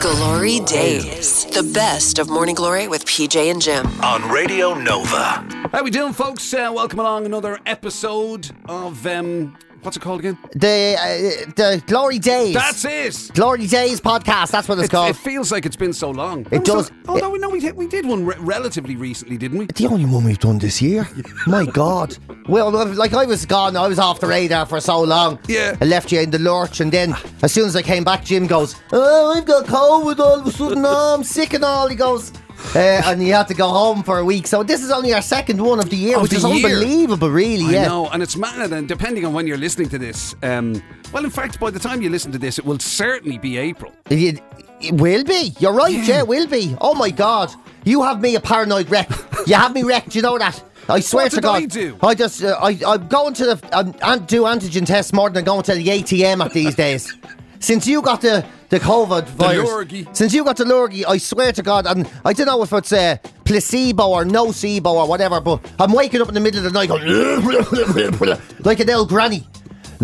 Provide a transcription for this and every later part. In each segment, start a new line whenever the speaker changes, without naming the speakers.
Glory Days. The best of Morning Glory with PJ and Jim.
on Radio Nova.
How we doing, folks? Uh, welcome along another episode of um, what's it called again?
The uh, the Glory Days.
That's it.
Glory Days podcast. That's what it's
It,
called.
it feels like it's been so long.
It does.
Oh no, we know we did, we did one re- relatively recently, didn't we?
the only one we've done this year. My God. Well, like I was gone, I was off the radar for so long.
Yeah.
I left you in the lurch, and then as soon as I came back, Jim goes, "Oh, I've got COVID all of a sudden. Oh, I'm sick and all." He goes. Uh, and you had to go home for a week. So this is only our second one of the year,
Of
which
the
is
year.
unbelievable, really. yeah.
I know, and it's mad. And depending on when you're listening to this, um, well, in fact, by the time you listen to this, it will certainly be April.
If you- It will be. You're right, yeah. it will be. Oh my God. You have me a paranoid wreck. you have me wrecked, you know that. I swear
What
to
did
God.
I do?
I just, uh, I, I'm going to the, I'm, I do antigen tests more than going to the ATM at these days. Since you got the, the COVID virus.
lurgy.
Since you got the lurgy, I swear to God, and I don't know if it's uh, placebo or nocebo or whatever, but I'm waking up in the middle of the night going like an old granny.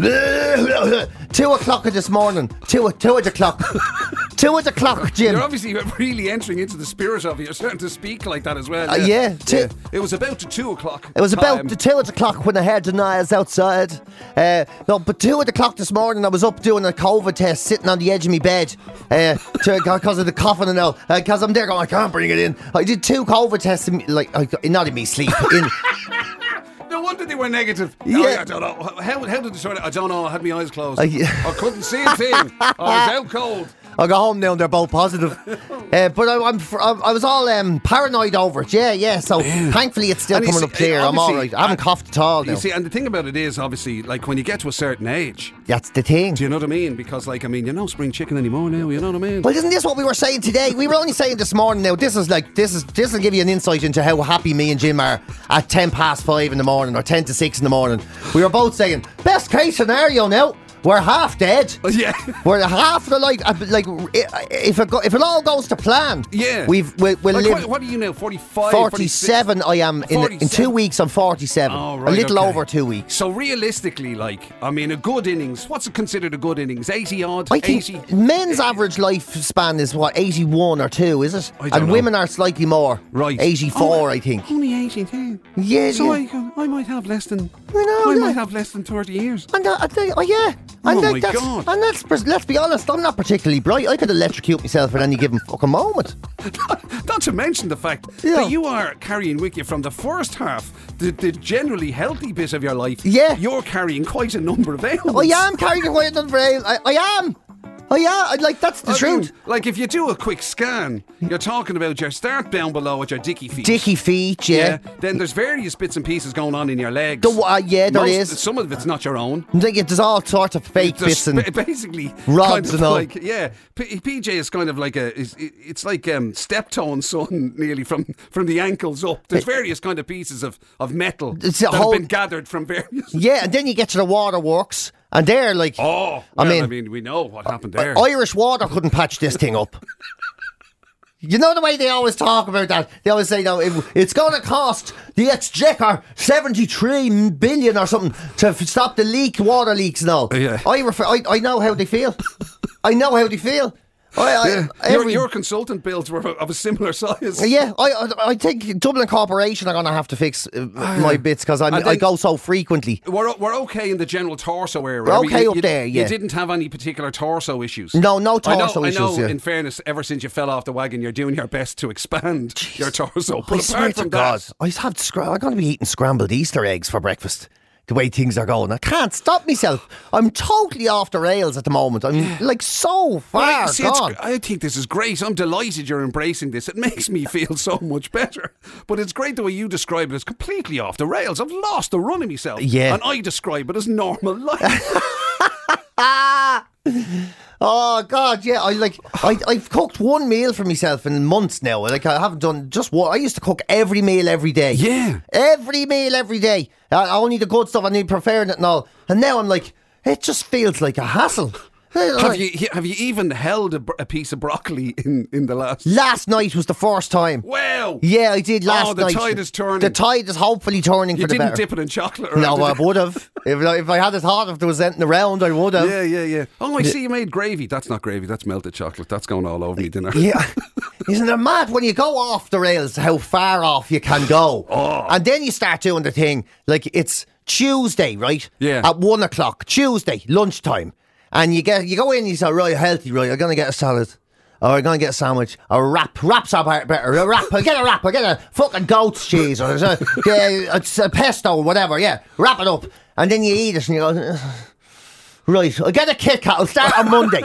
two o'clock of this morning. Two two of the clock. two of the clock, Jim.
You're obviously really entering into the spirit of it. You're starting to speak like that as well.
Uh, yeah, two-
It was about to two o'clock.
It was about
time.
the two o'clock when I heard the noise outside. Uh, no, but two o'clock this morning, I was up doing a COVID test, sitting on the edge of my bed, uh, because of the coughing and all. Because I'm there going, I can't bring it in. I did two COVID tests, in, me- like I, not in me sleep. In,
No wonder they were negative. Oh,
Yeah.
I don't know. How, how did they sort of? I don't know. oh, I had my eyes closed.
Uh, yeah.
I couldn't see a thing. I was out cold.
I got home now and they're both positive. Uh, but I, I'm, fr- I, I was all um, paranoid over it. Yeah, yeah. So thankfully, it's still
And you
coming
see-
up clear. I'm all
obviously,
right. I haven't
uh,
coughed at all now.
You see, and the thing about it is, obviously, like when you get to a certain age,
That's the thing.
do you know what I mean? Because, like, I mean, you're not spring chicken anymore now. You know what I mean?
Well, isn't this what we were saying today? We were only saying this morning. Now, this is like this is this will give you an insight into how happy me and Jim are at ten past five in the morning or ten to six in the morning. We were both saying best case scenario now. We're half dead.
Oh, Yeah.
We're half the like uh, like i- if it go, if it all goes to plan.
Yeah.
We've we, we'll
Like,
live
what, what are you now? 45?
47 I am in, in
47.
two weeks I'm 47
Oh,
a
right,
little
okay.
over two weeks
So realistically, like, I mean, a good innings. What's considered a good innings? 80 odd,
I think
80.
men's average lifespan is what 81 or 2 is it
I don't
and
know.
women are slightly more
Right. Oh,
84 I think
Only 82.
Yeah,
So
yeah.
I, I might have less than.
You know,
I
yeah.
might have less than 30 years.
and uh, I think- oh yeah and
Oh
that-
my
that's,
God.
and that's pres- let's be honest I'm not particularly bright I could electrocute myself at any given fucking moment
Not to mention the fact
Yeah.
that you are carrying with you from the first half, the, the generally healthy bit of your life.
Yeah.
You're carrying quite a number of ailments.
I am carrying away another brain I, I am I am I- like that's the
I mean,
truth
like if you do a quick scan, you're talking about your start down below at your dicky feet.
dicky feet yeah,
Then there's various bits and pieces going on in your legs.
The, uh, yeah there
Most-
is.
Some of it's not your own.
Like, There's all sorts of fake
There's
bits and
ba- basically
rods
kind of
and all.
like yeah P- PJ is kind of like a is, it- it's like um steptoe and son nearly from from the ankles up there's various kind of pieces of of metal
Eh, It's a
that
whole-
have been gathered from various
Yeah, and then you get to the waterworks, and they're like,
oh well, I
I
mean
mean-
we know what happened there
Irish water couldn't patch this thing up. you know the way they always talk about that? They always say, no, it, it's going to cost the Exchequer 73 billion or something to f- stop the leak, water leaks and all.
Yeah.
I, refer, I, I know how they feel. I know how they feel. I, I,
Yeah.
every-
your, your consultant bills were of a similar size
yeah, I, I I think Dublin Corporation are going to have to fix uh, my bits because I
And then-
go so frequently.
We're, o- we're okay in the general torso area.
We're okay
you,
up
you-
there, yeah.
You didn't have any particular torso issues.
No, no
I know-
torso
I know,
issues, yeah.
in fairness, ever since you fell off the wagon, you're doing your best to expand your torso. But
I
apart
swear to
from
God,
that,
I had scra- I'm going to be eating scrambled Easter eggs for breakfast. The way things are going, I can't stop myself. I'm totally off the rails at the moment. I'm like so
Right,
far
see, it's
gone.
gr- I think this is great. I'm delighted you're embracing this. It makes me feel so much better. But it's great the way you describe it as completely off the rails. I've lost the run of myself.
Yeah.
And I describe it as normal life.
Oh God, yeah. I like I, I've cooked one meal for myself in months now. Like I haven't done just one. I used to cook every meal every day.
Yeah.
every meal every day. I, I only the good stuff. I need preparing it and all. And now I'm like, it just feels like a hassle.
Have you have you even held a, bro- a piece of broccoli in, in the last?
Last night was the first time.
Wow.
Yeah, I did last
Oh, the
night.
tide is turning.
The tide is hopefully turning
You
for the
didn't
better.
dip it in chocolate. Or
no, I would have. if, I- if I had it hard, if there was anything around, I would have.
Yeah, yeah, yeah. Oh, I see you made gravy. That's not gravy. That's melted chocolate. That's going all over me dinner.
Yeah. Isn't it mad when you go off the rails how far off you can go? And then you start doing the thing like it's Tuesday, right?
Yeah.
At one o'clock, Tuesday, lunchtime. And you get you go in and you say, right, healthy, right, I'm gonna get a salad. Or I'm gonna get a sandwich. A wrap. Wraps are bet- better. A wrap. I get a wrap. I get a fucking goat's cheese or a, yeah, it's a pesto or whatever, yeah. Wrap it up. And then you eat it and you go, Right, I'll get a Kit Kat. I'll start on Monday.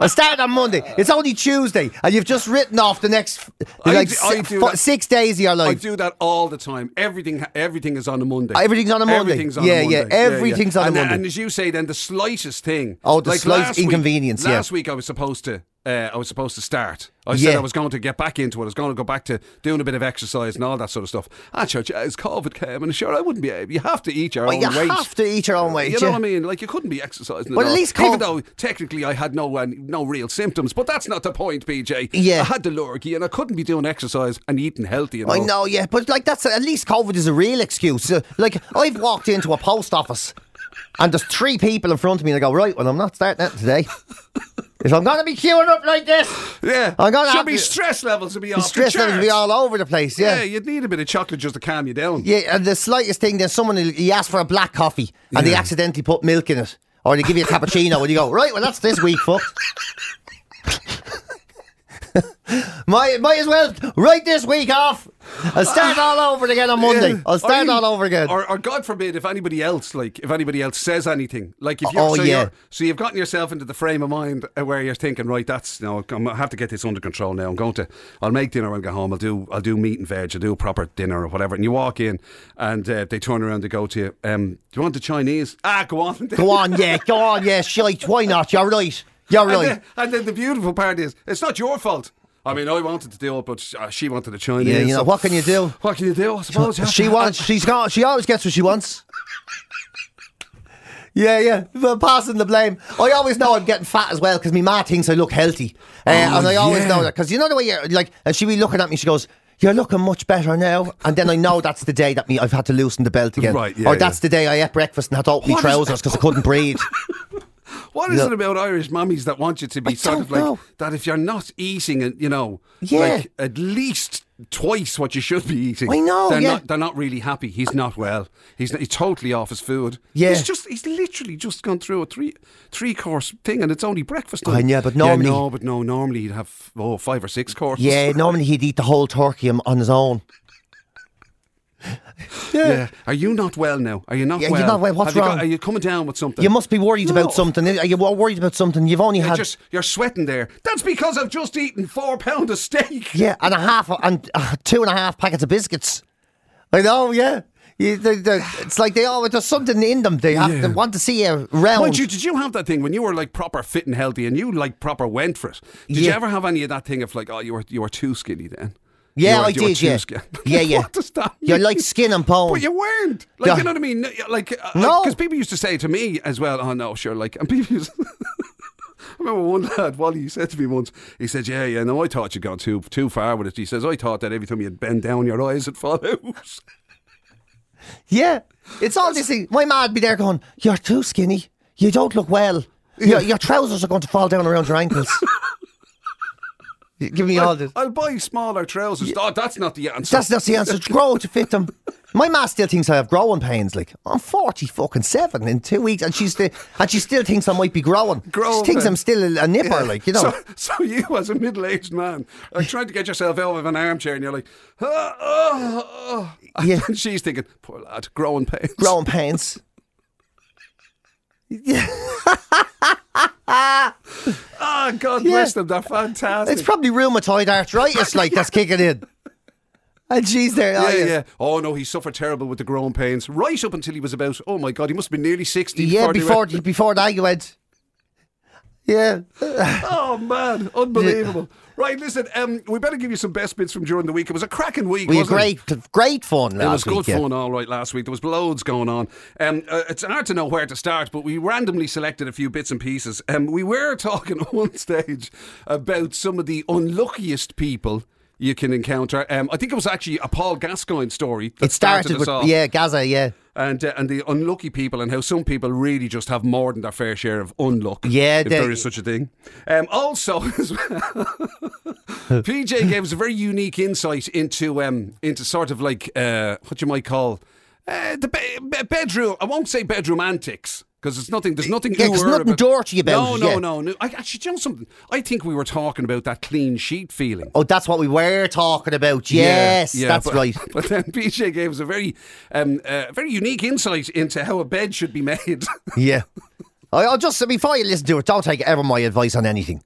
I'll start on Monday. It's only Tuesday, and you've just written off the next
I
like
do-
si-
I do
fu-
that.
six days of your
I
life.
do that all the time. Everything, everything is on a Monday.
Everything's on a Monday.
Everything's on
Yeah,
a Monday.
yeah, everything's on a
and, then-
Monday.
And as you say, then the slightest thing.
Oh, the slight
last week-
inconvenience, yeah.
Last week I was supposed to. Uh, I was supposed to start. I said
Yeah.
I was going to get back into it. I was going to go back to doing a bit of exercise and all that sort of stuff. Actually, as COVID came, and sure, I wouldn't be able. You have to eat your
Well,
own
you
weight.
have to eat your own weight.
You know
yeah.
what I mean? Like you couldn't be exercising.
Well,
at
at
all.
least
even
Col-
though technically I had no uh, no real symptoms, but that's not the point, PJ.
Yeah.
I had the lurgy and I couldn't be doing exercise and eating healthy. And
I
all.
know, yeah, but like that's at least COVID is a real excuse. Uh, Like I've walked into a post office, and there's three people in front of me, and I go, right, well, I'm not starting that today. If I'm gonna be queuing up like this,
Yeah,
I'm gonna
should
have
be
to-
stress levels to be off. the
stress levels will be
charts.
all over the place.
Yeah, you'd need a bit of chocolate just to calm you down.
Yeah, and the slightest thing, there's someone who he asked for a black coffee and they
Yeah.
accidentally put milk in it, or they give you a cappuccino and you go, right, well that's this week, fuck. might might as well write this week off. I'll start all over again on Monday.
Yeah.
I'll start
Or
all
even-
over again.
Or, or God forbid, if anybody else, like if anybody else says anything, like if you're,
Oh,
so,
yeah.
you're so you've gotten yourself into the frame of mind uh, where you're thinking, right, that's no, I'm, I have to get this under control now. I'm going to, I'll make dinner and go home. I'll do, I'll do meat and veg. I'll do a proper dinner or whatever. And you walk in, and uh, they turn around to go to you. Um, do you want the Chinese? Ah, go on.
go on, yeah, go on, yeah, shite. Why not? You're right. You're
And,
right.
then, and then the beautiful part is, it's not your fault. I mean, I wanted to do it, but uh, she wanted the Chinese.
yeah, you know,
so-
what can you do?
What can you do? I suppose you have
She
to-
wants. She's got. She always gets what she wants. Yeah, yeah. But passing the blame. I always know I'm getting fat as well because my ma thinks I look healthy, uh, and I
Oh,
always
yeah.
know that because you know the way you're like. And she be looking at me. She goes. You're looking much better now, and then I know that's the day that me I've had to loosen the belt again,
Right, yeah,
or that's
yeah.
the day I ate breakfast and had to open my
What is-
trousers because I couldn't breathe.
What is
Yeah.
it about Irish mummies that want you to be
I
sort of
don't
like
know.
that? If you're not eating, and you know,
Yeah.
like at least twice what you should be eating.
I know,
They're
yeah.
not. They're not really happy. He's not well. He's not, he's totally off his food.
Yeah.
He's just. He's literally just gone through a three three course thing, and it's only breakfast time.
I know, but normally-
no, but no, normally he'd have oh five or six courses.
yeah, normally he'd eat the whole turkey on on his own.
Yeah. Are you not well now? Are you not
Yeah, you're
well?
not well. What's
Have you got-
wrong?
are you coming down with something?
You must be worried
No.
about something. eh? Are you worried about something? You've only
You're
had
just you're sweating there. That's because I've just eaten four pound of steak.
Yeah, and a half and uh, two and a half packets of biscuits. I know. Yeah, You- they- they- it's like they all there's something in them. They have
Yeah.
to want to see you round.
Mind you, did you have that thing when you were like proper fit and healthy and you like proper went for it? Did you
Yeah.
ever have any of that thing of like, oh, you were you were too skinny then?
yeah,
You were-
I
you were
did.
too
Yeah,
skin-
yeah, yeah.
what does that
You're
mean?
like skin and bone.
But you weren't. Like,
Yeah.
you know what I mean? Like,
No.
Because people used to say to me as well, oh, no, sure. Like, and people used I remember one lad, Wally, he said to me once, he said, yeah, yeah, no, I thought you'd gone too too far with it. He says, I thought that every time you'd bend down your eyes, it fall out.
yeah, it's all this thing. My ma'd be there going, "You're too skinny. You don't look well. Your, your trousers are going to fall down around your ankles." Give me all this.
I'll buy smaller trousers. Oh, that's not the answer.
That's not the answer. Grow to fit them. My ma still thinks I have growing pains. Like I'm forty fucking seven in two weeks, and she's still and she still thinks I might be growing.
Growing
she thinks I'm
pains.
still a, a nipper. Like you know,
So, so you, as a middle-aged man, are trying to get yourself out of an armchair, and you're like, "Ah, ah, ah."
Yeah.
And she's thinking, "Poor lad, growing pains."
growing pains. Yeah,
Ah, God
Yeah.
bless them. They're fantastic.
it's probably rheumatoid arthritis. Like that's kicking in. And she's there. oh,
yeah, yeah. Oh no, he suffered terrible with the growing pains right up until he was about. Oh my God, he must have been nearly sixty.
Yeah,
they
before
went-
before that you went. Yeah.
Oh man, unbelievable! Right, listen, um, we better give you some best bits from during the week. It was a cracking week.
We had
wasn't it?
great, great fun last
It was good
week, yeah.
fun, all right, last week. There was loads going on. Um, uh, it's hard to know where to start, but we randomly selected a few bits and pieces. Um, we were talking at one stage about some of the unluckiest people you can encounter. Um, I think it was actually a Paul Gascoigne story that
It started
us
with,
off.
yeah, Gaza, yeah.
And, uh, and the unlucky people, and how some people really just have more than their fair share of unluck.
Yeah,
if
they-
there is such a thing. Um, also, as well, PJ gave us a very unique insight into um, into sort of like uh, what you might call uh, the be- be- bedroom. I won't say bedroom antics because it's nothing. There's nothing.
Yeah, 'cause
ooer
nothing dirty about
no,
it,
No,
yeah.
no, no. I, actually, do you know something? I think we were talking about that clean sheet feeling.
Oh, that's what we were talking about. Yes,
Yeah, yeah,
that's
but-
right.
But then PJ gave us a very, um, uh, very unique insight into how a bed should be made.
Yeah. I- I'll just, before you listen to it, don't take ever my advice on anything.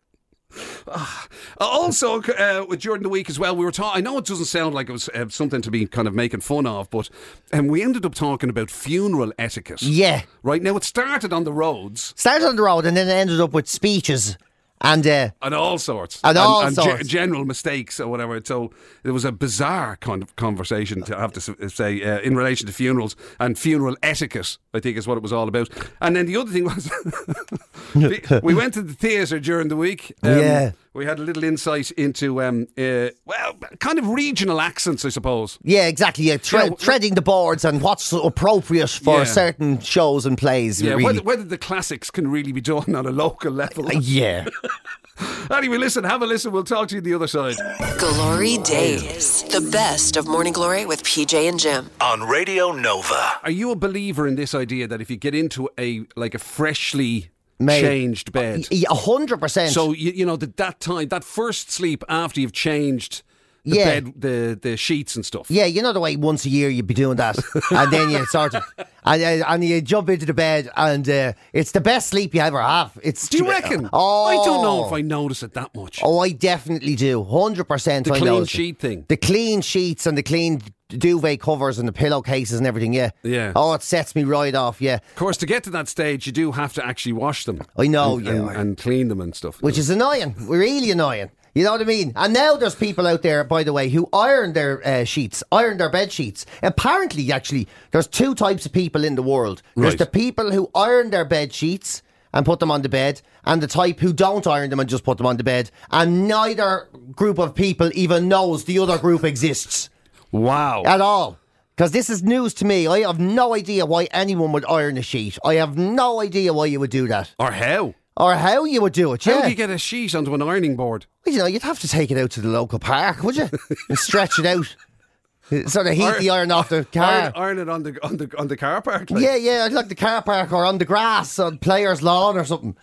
also, uh, with- during the week as well, we were talking. I know it doesn't sound like it was uh, something to be kind of making fun of, but um, we ended up talking about funeral etiquette.
Yeah.
Right now, it started on the roads
Started on the road and then it ended up with speeches and uh,
and all sorts,
And all
ge-
sorts.
general mistakes or whatever. So it was a bizarre kind of conversation to have to s- say uh, in relation to funerals and funeral etiquette. I think is what it was all about. And then the other thing was, the- we went to the theatre during the week. Um,
Yeah.
We had a little insight into, um, uh, well, kind of regional accents, I suppose.
Yeah, exactly. Yeah, tre-
Yeah, w-
treading the boards and what's appropriate for
Yeah.
certain shows and plays.
Yeah,
really.
whether, whether the classics can really be done on a local level.
yeah.
Anyway, listen, have a listen. We'll talk to you the other side.
Glory Days. The best of Morning Glory with PJ and Jim.
on Radio Nova.
Are you a believer in this idea that if you get into a like a freshly
Mate.
changed bed,
Uh, Y- A hundred percent.
so you, you know that that time, that first sleep after you've changed the
Yeah.
bed, the the sheets and stuff?
yeah, you know the way once a year you'd be doing that, and then you sort of, and, and uh, and you jump into the bed, and uh, it's the best sleep you ever have. It's
Do you reckon?
Oh,
I don't know if I notice it that much.
Oh, I definitely do. Hundred percent.
The
I
clean
notice it.
sheet thing.
The clean sheets and the clean duvet covers and the pillowcases and everything. Yeah.
Yeah.
Oh, it sets me right off. Yeah.
Of course, to get to that stage, you do have to actually wash them.
I know,
and,
yeah,
and,
I-
and clean them and stuff.
which is annoying. Really annoying. You know what I mean? And now there's people out there, by the way, who iron their uh, sheets, iron their bed sheets. Apparently, actually, there's two types of people in the world. There's
Right.
the people who iron their bed sheets and put them on the bed, and the type who don't iron them and just put them on the bed. And neither group of people even knows the other group exists
wow.
at all. Because this is news to me. I have no idea why anyone would iron a sheet. I have no idea why you would do that.
or how?
Or how you would do it.
How
yeah.
do you get a sheet onto an ironing board?
Well, you know, you'd have to take it out to the local park, would you? and stretch it out. Uh, Sort of heat
Iron-
the iron off the
Iron,
car.
iron it on the on the on the car park. like.
Yeah, yeah, I'd like the car park or on the grass on players' lawn or something.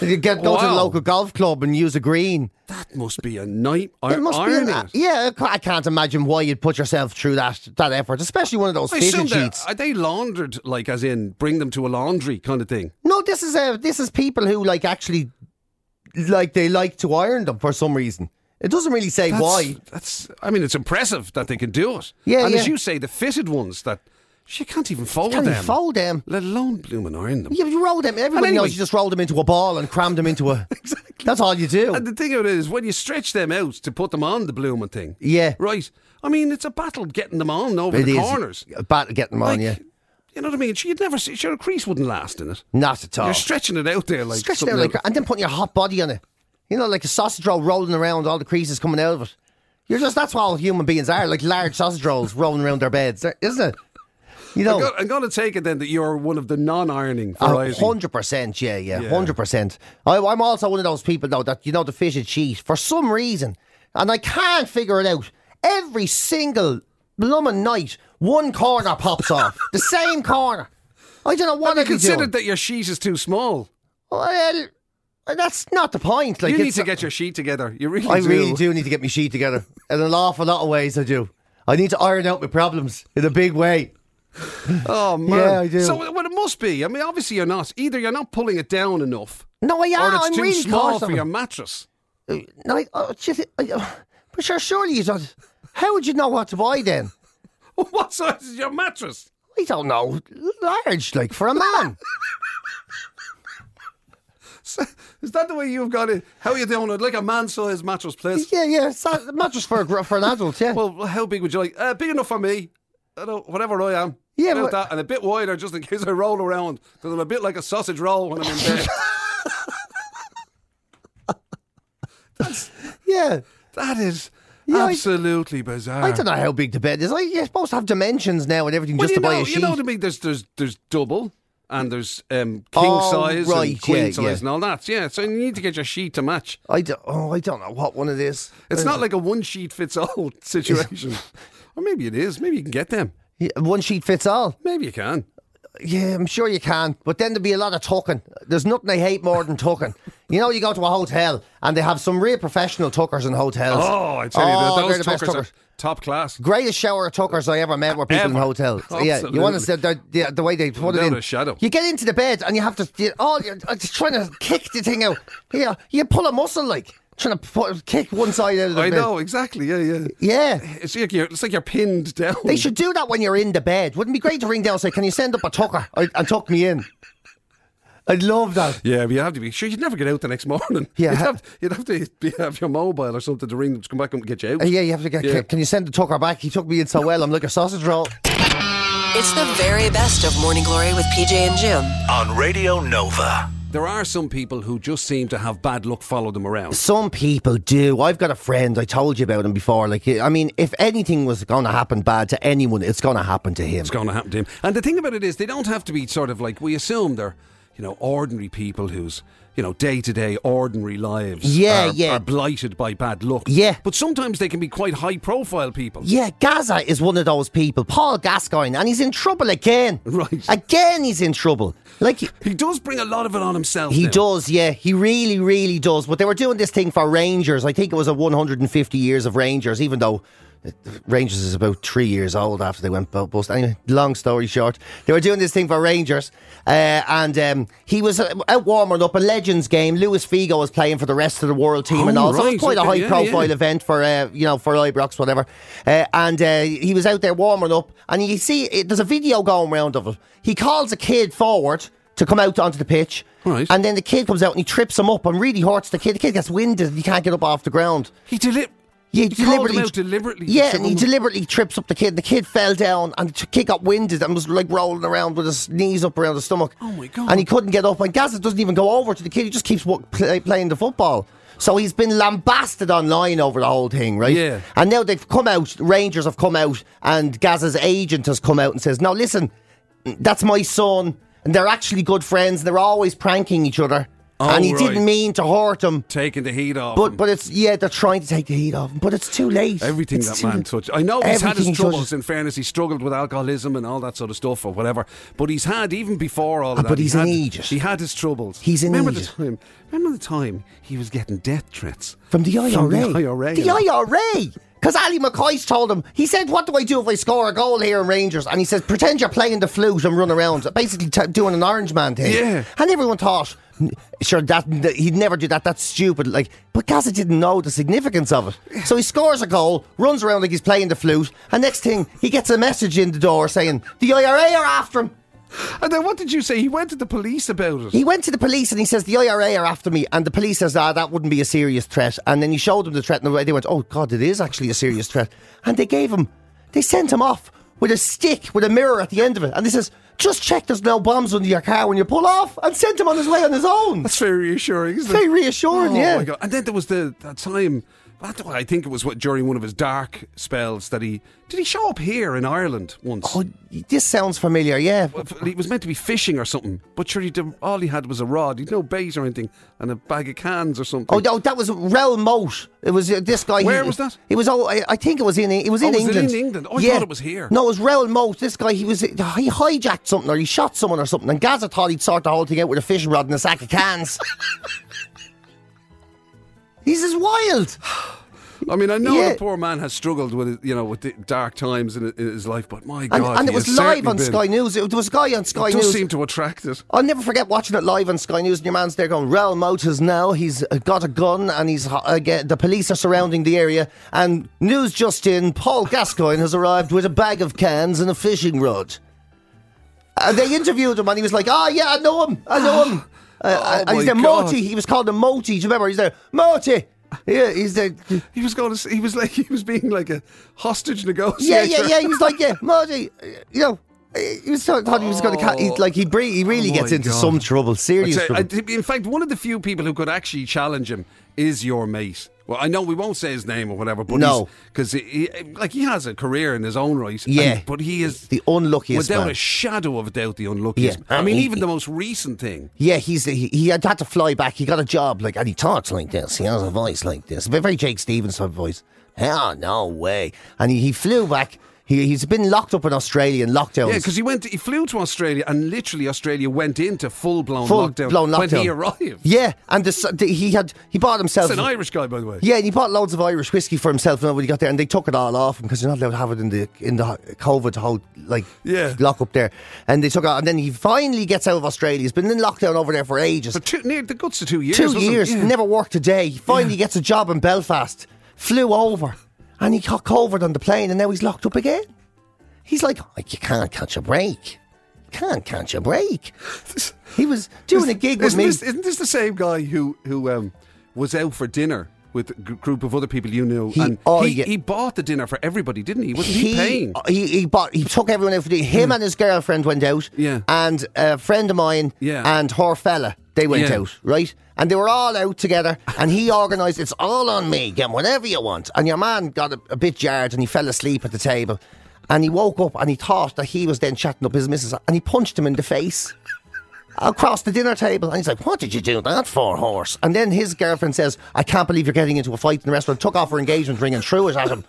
You get go to the
Wow.
local golf club and use a green.
That must be a night. Ir-
It must
ironing.
be an, Yeah, I ca- I can't imagine why you'd put yourself through that that effort, especially one of those
I assume
fitted
they're-
sheets.
are they laundered, like as in bring them to a laundry kind of thing?
No, this is uh, this is people who like actually like they like to iron them for some reason. It doesn't really say
That's-
Eh, why.
That's. I mean, it's impressive that they can do it.
Yeah,
And as
yeah.
you say, the fitted ones that she can't even fold
Can you
them,
fold them?
let alone bloom and iron them.
Yeah, you roll them. Everybody
anyway-
knows you just roll them into a ball and cram them into a. exactly. That's all you do.
And the thing of it is, when you stretch them out to put them on the blooming thing,
Yeah.
right. I mean, it's a battle getting them on over
It
the
is
corners.
a battle getting them on
Like,
you.
You know what I mean? She'd never. See, sure, a crease wouldn't last in it.
Not at all.
You're stretching it out there like
Stretch it
something
out like,
out of-
and then putting your hot body on it. You know, like a sausage roll rolling around, all the creases coming out of it. You're just that's what all human beings are, like large sausage rolls rolling around their beds, isn't it? You know,
I'm going to take it then that you're one of the non-ironing
A
varieties.
Oh, hundred percent, yeah, yeah,
Yeah.
hundred percent. I'm also one of those people though that you know the fitted sheet for some reason, and I can't figure it out. Every single blooming night, one corner pops off, the same corner. I don't know what
Have you
I
considered that your sheet is too small?
Well, that's not the point. Like
you need
it's-
to get your sheet together. You really
I
do.
really do need to get my sheet together in an awful lot of ways. I do. I need to iron out my problems in a big way.
Oh man.
Yeah, I do.
So well, it must be. I mean, obviously you're not. Either you're not pulling it down enough,
No, I am.
or it's
I'm
too
really
small
cautious
for
of
your
it.
mattress.
No, I, oh, shit, I, oh, but sure, surely you don't. How would you know what to buy then?
what size is your mattress?
I don't know. Large, like for a man.
Is that the way you've got it? How are you doing? I'd like a man-sized mattress, please.
Yeah, yeah. It's not, not just for a, gr- for an adult, yeah.
Well, how big would you like? Uh, big enough for me. I don't, whatever I am.
Yeah,
About
but-
that, and a bit wider just in case I roll around because I'm a bit like a sausage roll when I'm in bed.
yeah.
that is
Yeah, I-
absolutely bizarre.
I don't know how big the bed is. Like, you're supposed to have dimensions now and everything
Well,
just
you
to buy
know,
a sheet.
you know what I mean. There's there's there's double. And there's um, king
Oh,
size
right,
and queen
yeah,
size
yeah.
and all that. Yeah, so you need to get your sheet to match.
I don't, oh, I don't know what one it is. Uh,
It's not like a one sheet fits all situation. or maybe it is. Maybe you can get them.
Yeah, One sheet fits all.
Maybe you can.
Yeah, I'm sure you can. But then there'd be a lot of tucking. There's nothing I hate more than tucking. You know, you go to a hotel and they have some real professional tuckers in hotels.
Oh, I tell you,
Oh,
that
they're
those
the best
tuckers are
tuckers.
top class.
Greatest shower of tuckers I ever met were people in
Ever.
hotels. Yeah, you want to
Absolutely.
sit there, yeah, the way they put it
Without
in.
a shadow.
You get into the bed and you have to. You, oh, you're uh, just trying to kick the thing out. Yeah, you pull a muscle like trying to put, kick one side out of the
I
bed.
know exactly. Yeah, yeah.
Yeah.
It's like you're, it's like you're pinned down.
They should do that when you're in the bed. Wouldn't it be great to ring down and say, "Can you send up a tucker I- and tuck me in"? I'd love that.
Yeah, but you have to be sure you'd never get out the next morning.
Yeah.
you'd have, you'd have to be, have your mobile or something to ring them to come back and get you out.
Uh, yeah, you have to get.
Yeah.
Can, can you send the tucker back? He took me in so well. I'm like a sausage roll.
It's the very best of Morning Glory with PJ and Jim.
on Radio Nova.
There are some people who just seem to have bad luck follow them around.
Some people do. I've got a friend. I told you about him before. Like, I mean, if anything was going to happen bad to anyone, it's going to happen to him.
It's going to happen to him. And the thing about it is, they don't have to be sort of like we assume they're, you know, ordinary people whose you know day to day ordinary lives.
Yeah,
are,
yeah.
are blighted by bad luck.
Yeah.
but sometimes they can be quite high profile people.
Yeah, Gaza is one of those people. Paul Gascoigne, and he's in trouble again.
Right.
Again, he's in trouble. Like.
He does bring a lot of it on himself.
He
now.
does, yeah. He really, really does. But they were doing this thing for Rangers. I think it was a 150 years of Rangers, even though uh, Rangers is about three years old after they went bu- bust. Anyway, long story short, they were doing this thing for Rangers, uh, and um, he was uh, out warming up a Legends game. Luis Figo was playing for the rest of the world team,
Oh,
and all. So it
right,
was quite a
okay,
high
yeah,
profile
yeah.
event for uh, you know for Ibrox, whatever. Uh, and uh, he was out there warming up, and you see it, there's a video going round of him. He calls a kid forward to come out onto the pitch.
Right.
And then the kid comes out and he trips him up and really hurts the kid. The kid gets winded and he can't get up off the ground.
He deli-
Yeah,
He called him out deliberately.
Yeah,
to
and he
someone-
deliberately trips up the kid. The kid fell down and the kid got winded and was like rolling around with his knees up around his stomach.
Oh, my God.
And he couldn't get up. And Gaza doesn't even go over to the kid. He just keeps wa- play, playing the football. So he's been lambasted online over the whole thing, right?
Yeah.
And now they've come out. Rangers have come out, and Gaza's agent has come out and says, "Now listen, that's my son." And they're actually good friends. and They're always pranking each other.
Oh,
and he
right.
didn't mean to hurt him.
taking the heat off.
But
him.
but it's yeah, they're trying to take the heat off him, but it's too late.
Everything
It's
that
too
man
late.
touched. I know he's had
Everything
his
he
troubles,
touches.
in fairness. He struggled with alcoholism and all that sort of stuff or whatever. But he's had, even before all of
Ah,
that,
but
he
he's an
had-
idiot.
He had his troubles.
He's an
remember
idiot.
The time, remember the time he was getting death threats?
From the IRA.
From the IRA.
The IRA. Because Ali McCoy's told him, he said, What do I do if I score a goal here in Rangers? And he says, Pretend you're playing the flute and run around, basically t- doing an orange man thing.
Yeah.
And everyone thought, "N- Sure, that, that- he'd never do that. That's stupid. Like, But Gaza didn't know the significance of it. So he scores a goal, runs around like he's playing the flute, and next thing, he gets a message in the door saying, The IRA are after him.
And then what did you say? He went to the police about it.
He went to the police and he says the IRA are after me, and the police says ah that wouldn't be a serious threat. And then he showed them the threat, and they went oh god it is actually a serious threat, and they gave him, they sent him off with a stick with a mirror at the end of it, and he says just check there's no bombs under your car when you pull off, and sent him on his way on his own.
That's very reassuring, isn't
Very
it?
reassuring,
Oh,
yeah.
my God. And then there was the that time. I don't- I think it was what during one of his dark spells that he did he show up here in Ireland once.
Oh, this sounds familiar, yeah.
He was meant to be fishing or something, but sure, he did, all he had was a rod. He'd no bait or anything, and a bag of cans or something.
Oh no, that was Raoul Moat. It was uh, this guy.
Where
he,
was that?
It was. Oh, I, I think it was in. It was
Oh,
in
was it
England.
in England? Oh, I thought it was here.
No, it was Raoul Moat. This guy. He was. He hijacked something or he shot someone or something. And Gaza thought he'd sort the whole thing out with a fishing rod and a sack of cans. this is wild.
I mean, I know
Yeah.
the poor man has struggled with, it, you know, with the dark times in, in his life, but my
And,
God,
and it
he
was
has
live
certainly
on
been-
Sky News. It, there was a guy on Sky
It
News.
does seem to attract it.
I'll never forget watching it live on Sky News, and your man's there going, "Raoul Moat is now. He's uh, got a gun, and he's ho- again. The police are surrounding the area, and news just in: Paul Gascoigne has arrived with a bag of cans and a fishing rod." And they interviewed him, and he was like, "Ah, yeah, I know him. I know him." Uh,
Oh
and he's
my
there,
God.
Moti. He was called the Moti. Do you remember? He's there, Moti. Yeah, he's there.
He was going. To, s- he was like he was being like a hostage negotiator.
Yeah, yeah, yeah. He was like, yeah, Moti. uh, You know, uh, he was so, thought he was going to catch. He's like, he, bre- he really
Oh
gets
my
into
God.
some trouble, serious
I'd say-
trouble.
I'd- in fact, one of the few people who could actually challenge him is your mate. Well, I know we won't say his name or whatever, but
No.
because he, he- like he has a career in his own right. and-
Yeah.
but he is
The unluckiest
without
man.
a shadow of a doubt, the unluckiest.
Yeah.
I mean,
Uh, he-
even the most recent thing.
Yeah, he's he, he had had to fly back. He got a job like, and he talks like this. He has a voice like this, a very Jake Stevens type of voice. Hell, no way! And he, he flew back. He, he's been locked up in Australia and lockdowns.
Yeah, because he went, he flew to Australia, and literally Australia went into full blown
full
lockdown,
blown lockdown
when he arrived.
Yeah, and the, s- the, he had he bought himself.
It's an Irish guy, by the way.
yeah, and he bought loads of Irish whiskey for himself and when he got there, and they took it all off him because you're not allowed to have it in the in the COVID whole like
Yeah.
lock up there. And they took it, and then he finally gets out of Australia. He's been in lockdown over there for ages.
For two, near the guts of two years.
Two
wasn't it?
years,
Yeah.
never worked a day. He finally gets a job in Belfast. Flew over, and he got COVID on the plane, and now he's locked up again. He's like, "Oh, you can't catch a break. You can't catch a break. He was doing a gig with
isn't
me.
This, isn't this the same guy who who um, was out for dinner with a g- group of other people you knew?
He-
and
oh,
he,
yeah.
he bought the dinner for everybody, didn't he? Wasn't he, paying? Hmm.
He, he bought. He took everyone out for dinner. Him and his girlfriend went out.
Yeah.
And a friend of mine.
Yeah.
And her fella. They went
Yeah.
out, right? And they were all out together. And he organised. It's all on me. Get whatever you want. And your man got a, a bit jarred, and he fell asleep at the table. And he woke up, and he thought that he was then chatting up his missus, and he punched him in the face across the dinner table. And he's like, What did you do that for, horse? And then his girlfriend says, I can't believe you're getting into a fight in the restaurant. Took off her engagement ring and threw it at him.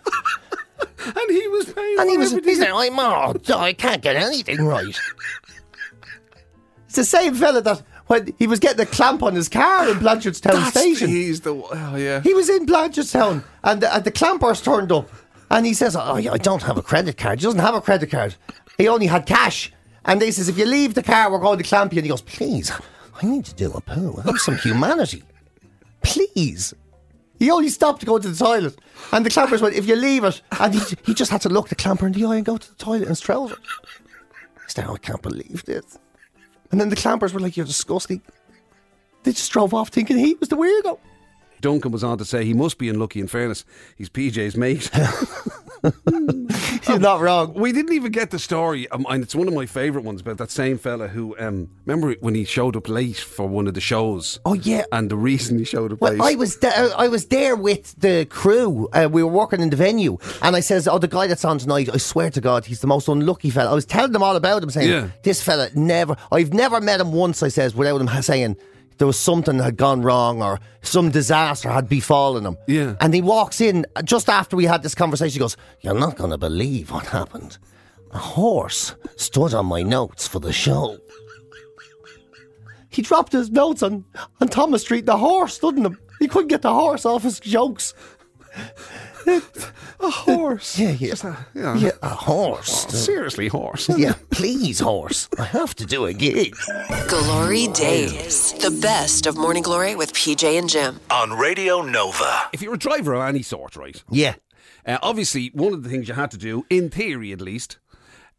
And he was paying.
And he
for
was,
everything.
he's like, I'm all, I can't get anything right. it's the same fella that when he was getting a clamp on his car in Blanchardstown
That's
Station.
He's the. Oh yeah.
He was in Blanchardstown and the, and the clampers turned up and he says, oh, yeah, I don't have a credit card. He doesn't have a credit card. He only had cash. And they says, if you leave the car, we're going to clamp you. And he goes, please, I need to do a poo. Have some humanity. Please. He only stopped to go to the toilet. And the clampers went, if you leave it. And he, he just had to look the clamper in the eye and go to the toilet in his trousers. He's like, oh, I can't believe this. And then the clampers were like, you're disgusting. They just drove off thinking he was the weirdo.
Duncan was on to say he must be unlucky. In fairness, he's PJ's mate.
He's not wrong.
we didn't even get the story, um, and it's one of my favourite ones about that same fella who. Um, remember when he showed up late for one of the shows?
Oh, yeah.
And the reason he showed up
Well,
late.
I was there, I was there with the crew. Uh, we were working in the venue, and I says, "Oh, the guy that's on tonight. I swear to God, he's the most unlucky fella." I was telling them all about him, saying,
Yeah.
"This fella never. I've never met him once." I says without him ha- saying there was something had gone wrong or some disaster had befallen him.
Yeah.
And he walks in uh, just after we had this conversation. He goes, "You're not going to believe what happened. A horse stood on my notes for the show." He dropped his notes on, on Thomas Street. The horse, didn't him? He couldn't get the horse off his jokes.
a horse.
Yeah, yeah.
Just a- yeah.
Yeah, a horse.
Seriously, horse.
Yeah, please, horse. I have to do a gig.
Glory Days. The best of Morning Glory with PJ and Jim.
on Radio Nova.
If you're a driver of any sort, right?
Yeah.
Uh, obviously, one of the things you had to do, in theory at least,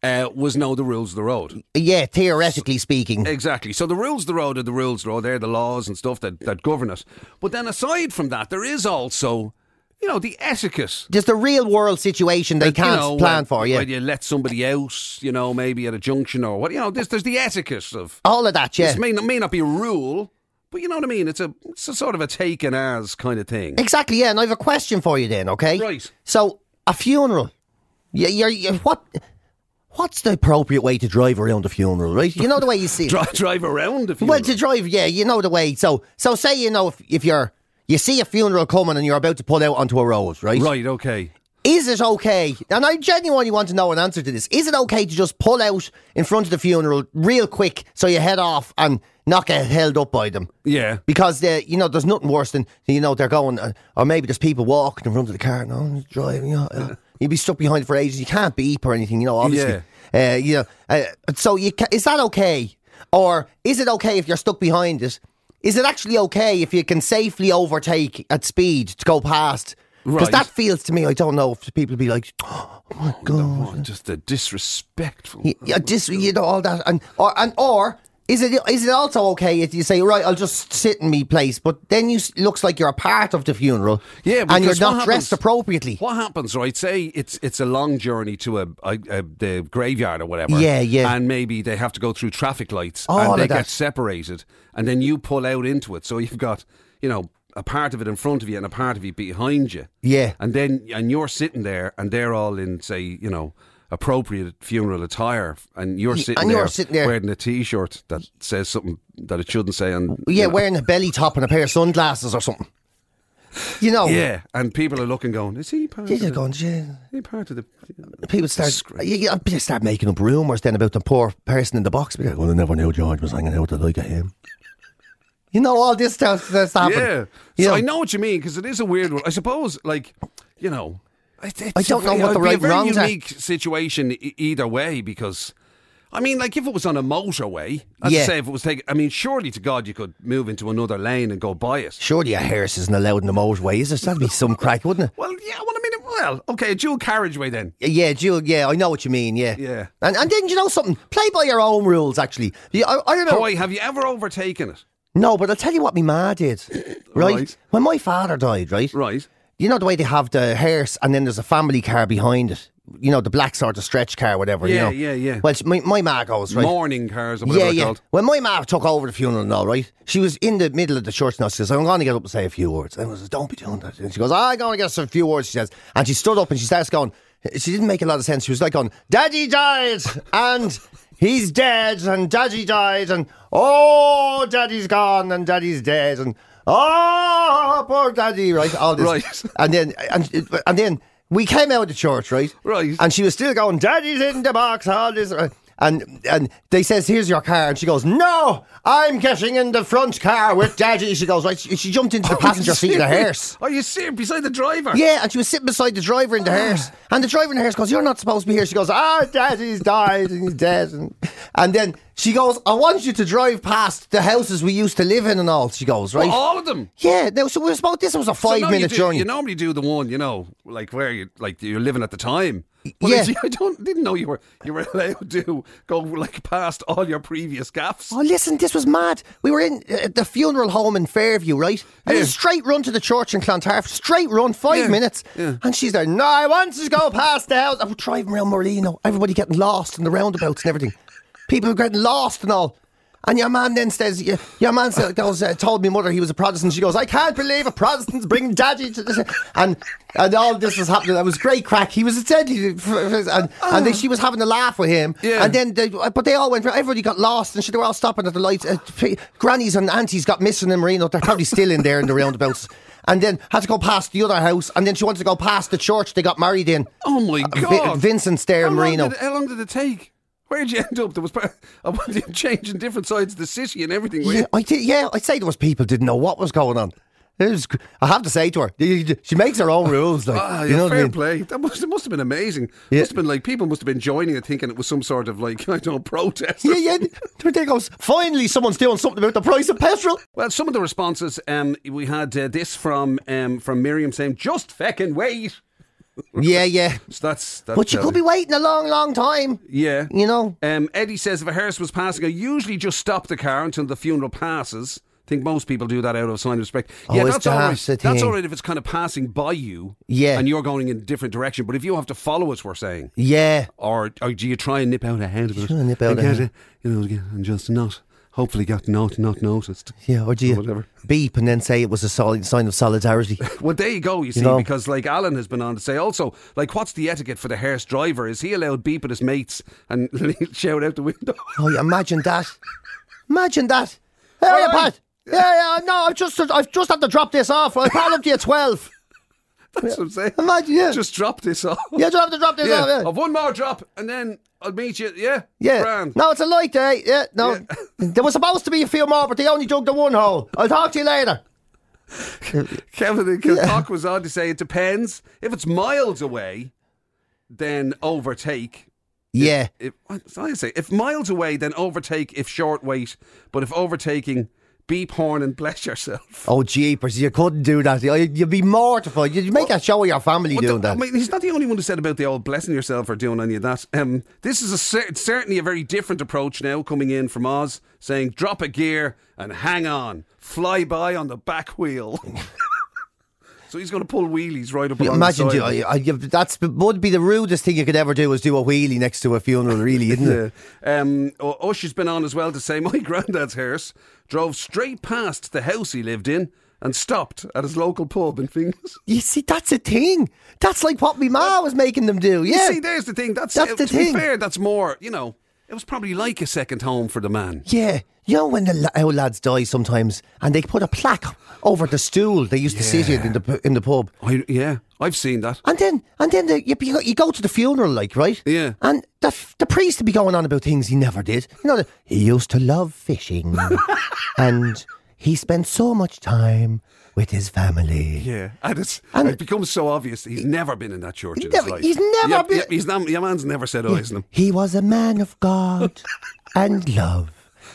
uh, was know the rules of the road.
Yeah, theoretically speaking.
Exactly. So the rules of the road are the rules of the road. They're the laws and stuff that, that govern us. But then aside from that, there is also, you know, the etiquette.
There's the real world situation they
You
can't
know,
plan
when-
for, yeah.
When you let somebody else, you know, maybe at a junction or what, you know, there's, there's the etiquette of.
All of that, yeah.
This may not, may not be a rule, but you know what I mean? It's a, it's a sort of a taken as kind of thing.
Exactly, yeah. And I have a question for you then, okay?
Right.
So, a funeral. Yeah, you're, you what? What's the appropriate way to drive around a funeral, right? You know the way you see it.
Drive, drive around if you
Well,
will.
to drive, yeah, you know the way. So, so say you know if, if you're you see a funeral coming and you're about to pull out onto a road, right?
Right, okay.
Is it okay? And I genuinely want to know an answer to this. Is it okay to just pull out in front of the funeral real quick so you head off and not get held up by them?
Yeah.
Because uh, you know, there's nothing worse than you know they're going, uh, or maybe there's people walking in front of the car and oh, he's driving. You know, uh, you'd be stuck behind for ages. You can't beep or anything. You know, obviously. Uh, you know, uh, so you ca- is that okay, or is it okay if you're stuck behind it? Is it actually okay if you can safely overtake at speed to go past? Because
Right.
that feels to me, I don't know if people be like, oh my god,
Oh, just the disrespectful.
yeah, just you know all that, and or and or Is it is it also okay if you say right? I'll just sit in me place, but then you s- looks like you're a part of the funeral,
Yeah,
and you're
because what
not dressed
happens-
appropriately.
What happens, right? Say it's it's a long journey to a, a, a the graveyard or whatever.
Yeah, yeah. Oh,
And maybe they have to go through traffic lights,
All
and they
of that.
get separated, and then you pull out into it. So you've got you know a part of it in front of you and a part of you behind you.
Yeah.
And then and you're sitting there, and they're all in say you know appropriate funeral attire, and you're sitting
and
there,
you're sitting there.
wearing a t-shirt that says something that it shouldn't say, and
Yeah,
you know,
wearing a belly top and a pair of sunglasses or something. You know,
yeah, and people are looking, going, is he part?
They're
of the,
just going, "Gee."
is he part of the?
People start, you, you people start making up rumours then about the poor person in the box. Because, well, I never knew George was hanging out with the like of him. You know, all this stuff that's happening.
Yeah.
You
So
know,
I know what you mean because it is a weird one. I suppose, like, you know, it- it's
I don't
a
know
very-
what
it'd
the
be
right
a very
wrongs are.
unique situation e- either way because. I mean, like if it was on a motorway, as I
Yeah.
say, if it was taken, I mean, surely to God you could move into another lane and go by it.
Surely a hearse isn't allowed in the motorway, is there? That'd be some crack, wouldn't it?
Well, yeah, well, I mean, well, okay, a dual carriageway then.
Yeah, Jewel, yeah, I know what you mean, yeah.
Yeah.
And, and then, you know something? Play by your own rules, actually. Yeah, I, I remember.
Boy, have you ever overtaken it?
No, but I'll tell you what my ma did. Right?
Right.
When my father died, right?
Right.
You know the way they have the hearse and then there's a family car behind it? You know, the black sort of stretch car, whatever, you
Yeah,
know?
yeah, yeah.
Well, my, my ma goes, right?
Morning cars or whatever
yeah,
they're
yeah.
called.
When my ma took over the funeral and all, right, she was in the middle of the church now. She says, I'm going to get up and say a few words. And I was don't be doing that. And she goes, I'm going to get some few words, she says. And she stood up and she starts going, she didn't make a lot of sense. She was like going, Daddy died and he's dead and Daddy died and oh, Daddy's gone and Daddy's dead and oh, poor Daddy, right? All this.
Right.
And then, and, and then we came out of the church, right?
Right.
And she was still going, Daddy's in the box, all this. And and they says, here's your car. And she goes, no, I'm getting in the front car with Daddy. She goes, right. She, she jumped into
Oh,
the passenger seat of the hearse.
Are you serious? Beside the driver?
Yeah, and she was sitting beside the driver in
Ah.
the hearse. And the driver in the hearse goes, you're not supposed to be here. She goes, ah, Daddy's died and he's dead. And, and then she goes, I want you to drive past the houses we used to live in and all. She goes, right.
All of them.
yeah, no, so we were about this. It was a
oh. So
five
now you
minute
do-
journey.
You normally do the one, you know, like where you like you're living at the time. Well,
yeah.
I see- I don't didn't know you were you were allowed to go like past all your previous gaffs.
Oh, listen, this was mad. We were in uh, the funeral home in Fairview, right? And it was
Yeah.
straight run to the church in Clontarf, straight run, five
Yeah,
minutes.
yeah.
And she's there, no, I want to go past the house. I'm driving around Moreno, everybody getting lost in the roundabouts and everything. People are getting lost and all. And your man then says, y- your man says, goes, uh, told me mother he was a Protestant. She goes, I can't believe a Protestant's bringing daddy to this. And, and all this was happening. That was great crack. He was a deadly. And, and they, she was having a laugh with him.
Ah. Yeah.
And then and they, uh, but they all went. Everybody got lost, and shit, they were all stopping at the lights. Uh, p- grannies and aunties got missing in Marino. They're probably still in there in the roundabouts. And then had to go past the other house, and then she wanted to go past the church they got married in.
Oh my
Uh, Vi-
god,
Vincent's there
how
in Marino.
Long did, it- how long did it take? Where did you end up? There was par- I wanted you changing different sides of the city and everything. were you?
Yeah, I did, yeah, I'd say there was people didn't know what was going on. It was, gr- I have to say to her, y- y- she makes her own rules. Like,
Ah,
you know what
fair
I mean?
play. That must, it must have been amazing.
Yeah.
Must have been like people must have been joining it, thinking it was some sort of like I don't know protest. or
Yeah, yeah. There they goes. Finally, someone's doing something about the price of petrol.
Well, some of the responses um, we had uh, this from um, from Miriam saying, "Just feckin' wait."
Yeah, yeah.
So that's, that's
But you
uh,
could be waiting a long, long time.
Yeah.
You know?
Um, Eddie says if a hearse was passing, I usually just stop the car until the funeral passes. I think most people do that out of a sign of respect.
Oh,
yeah,
is
that's all
that
right.
the
That's all
thing?
right if it's kind of passing by you.
Yeah.
And you're going in a different direction. But if you have to follow us, we're saying.
Yeah.
Or, or do you try and nip out ahead of it?
try and nip out
and get
ahead.
it, You know, get- and just not, hopefully get not, not noticed.
Yeah, or do you
whatever.
beep and then say it was a solid sign of solidarity?
Well, there you go, you see,
know?
because like Alan has been on to say also, like, what's the etiquette for the hearse driver? Is he allowed beep at his mates and shout out the window?
oh, yeah, imagine that! Imagine that! Hey,
Aye.
Pat! Yeah, yeah, no, I've just, I've just had to drop this off. I piled up to you twelve.
That's what I'm saying.
Imagine, yeah,
Just drop this off.
yeah, just have to drop this
Yeah. Oh,
off. Yeah,
I've one more drop and then I'll meet you. Yeah.
yeah.
Grand.
No, it's a light day. Yeah, no, there was supposed to be a few more, but they only dug the one hole. I'll talk to you later.
Kevin the Kilcock was on to say it depends. If it's miles away, then overtake.
Yeah,
If, what did I say? If miles away, then overtake if short wait. But if overtaking beep horn and bless yourself.
Oh, jeepers, you couldn't do that. You- You'd be mortified. You'd make a show of your family
But
doing
the-
that.
I mean, he's not the only one who said about the old blessing yourself or doing any of that. Um, this is a cer- certainly a very different approach now coming in from Oz, saying drop a gear and hang on, fly by on the back wheel. so he's going to pull wheelies right up.
You
along the
Imagine
side
you, uh,
of it.
I, I, that's would be the rudest thing you could ever do is do a wheelie next to a funeral, really, isn't it?
Yeah. Um, U- Ush has been on as well to say my granddad's hearse drove straight past the house he lived in and stopped at his local pub in Finglas.
You see, that's a thing. That's like what my ma was making them do. Yeah,
You see, there's the thing. That's,
That's
uh,
the
to
thing.
be fair, that's more, you know, it was probably like a second home for the man.
yeah. You know when the la- how lads die sometimes, and they put a plaque over the stool they used to sit in in the pu- in the pub,
I, yeah, I've seen that.
and then and then the, you, you go to the funeral, like right?
Yeah.
And the f- the priest would be going on about things he never did. You know, the, he used to love fishing, and he spent so much time with his family.
Yeah, and it's
And-
it becomes so obvious. that He's never been in that church. in
never-
his life.
he's never
Yep,
been-
Yep, he's not, your man's never said "Oh, eyes on him.
He was a man of God and love.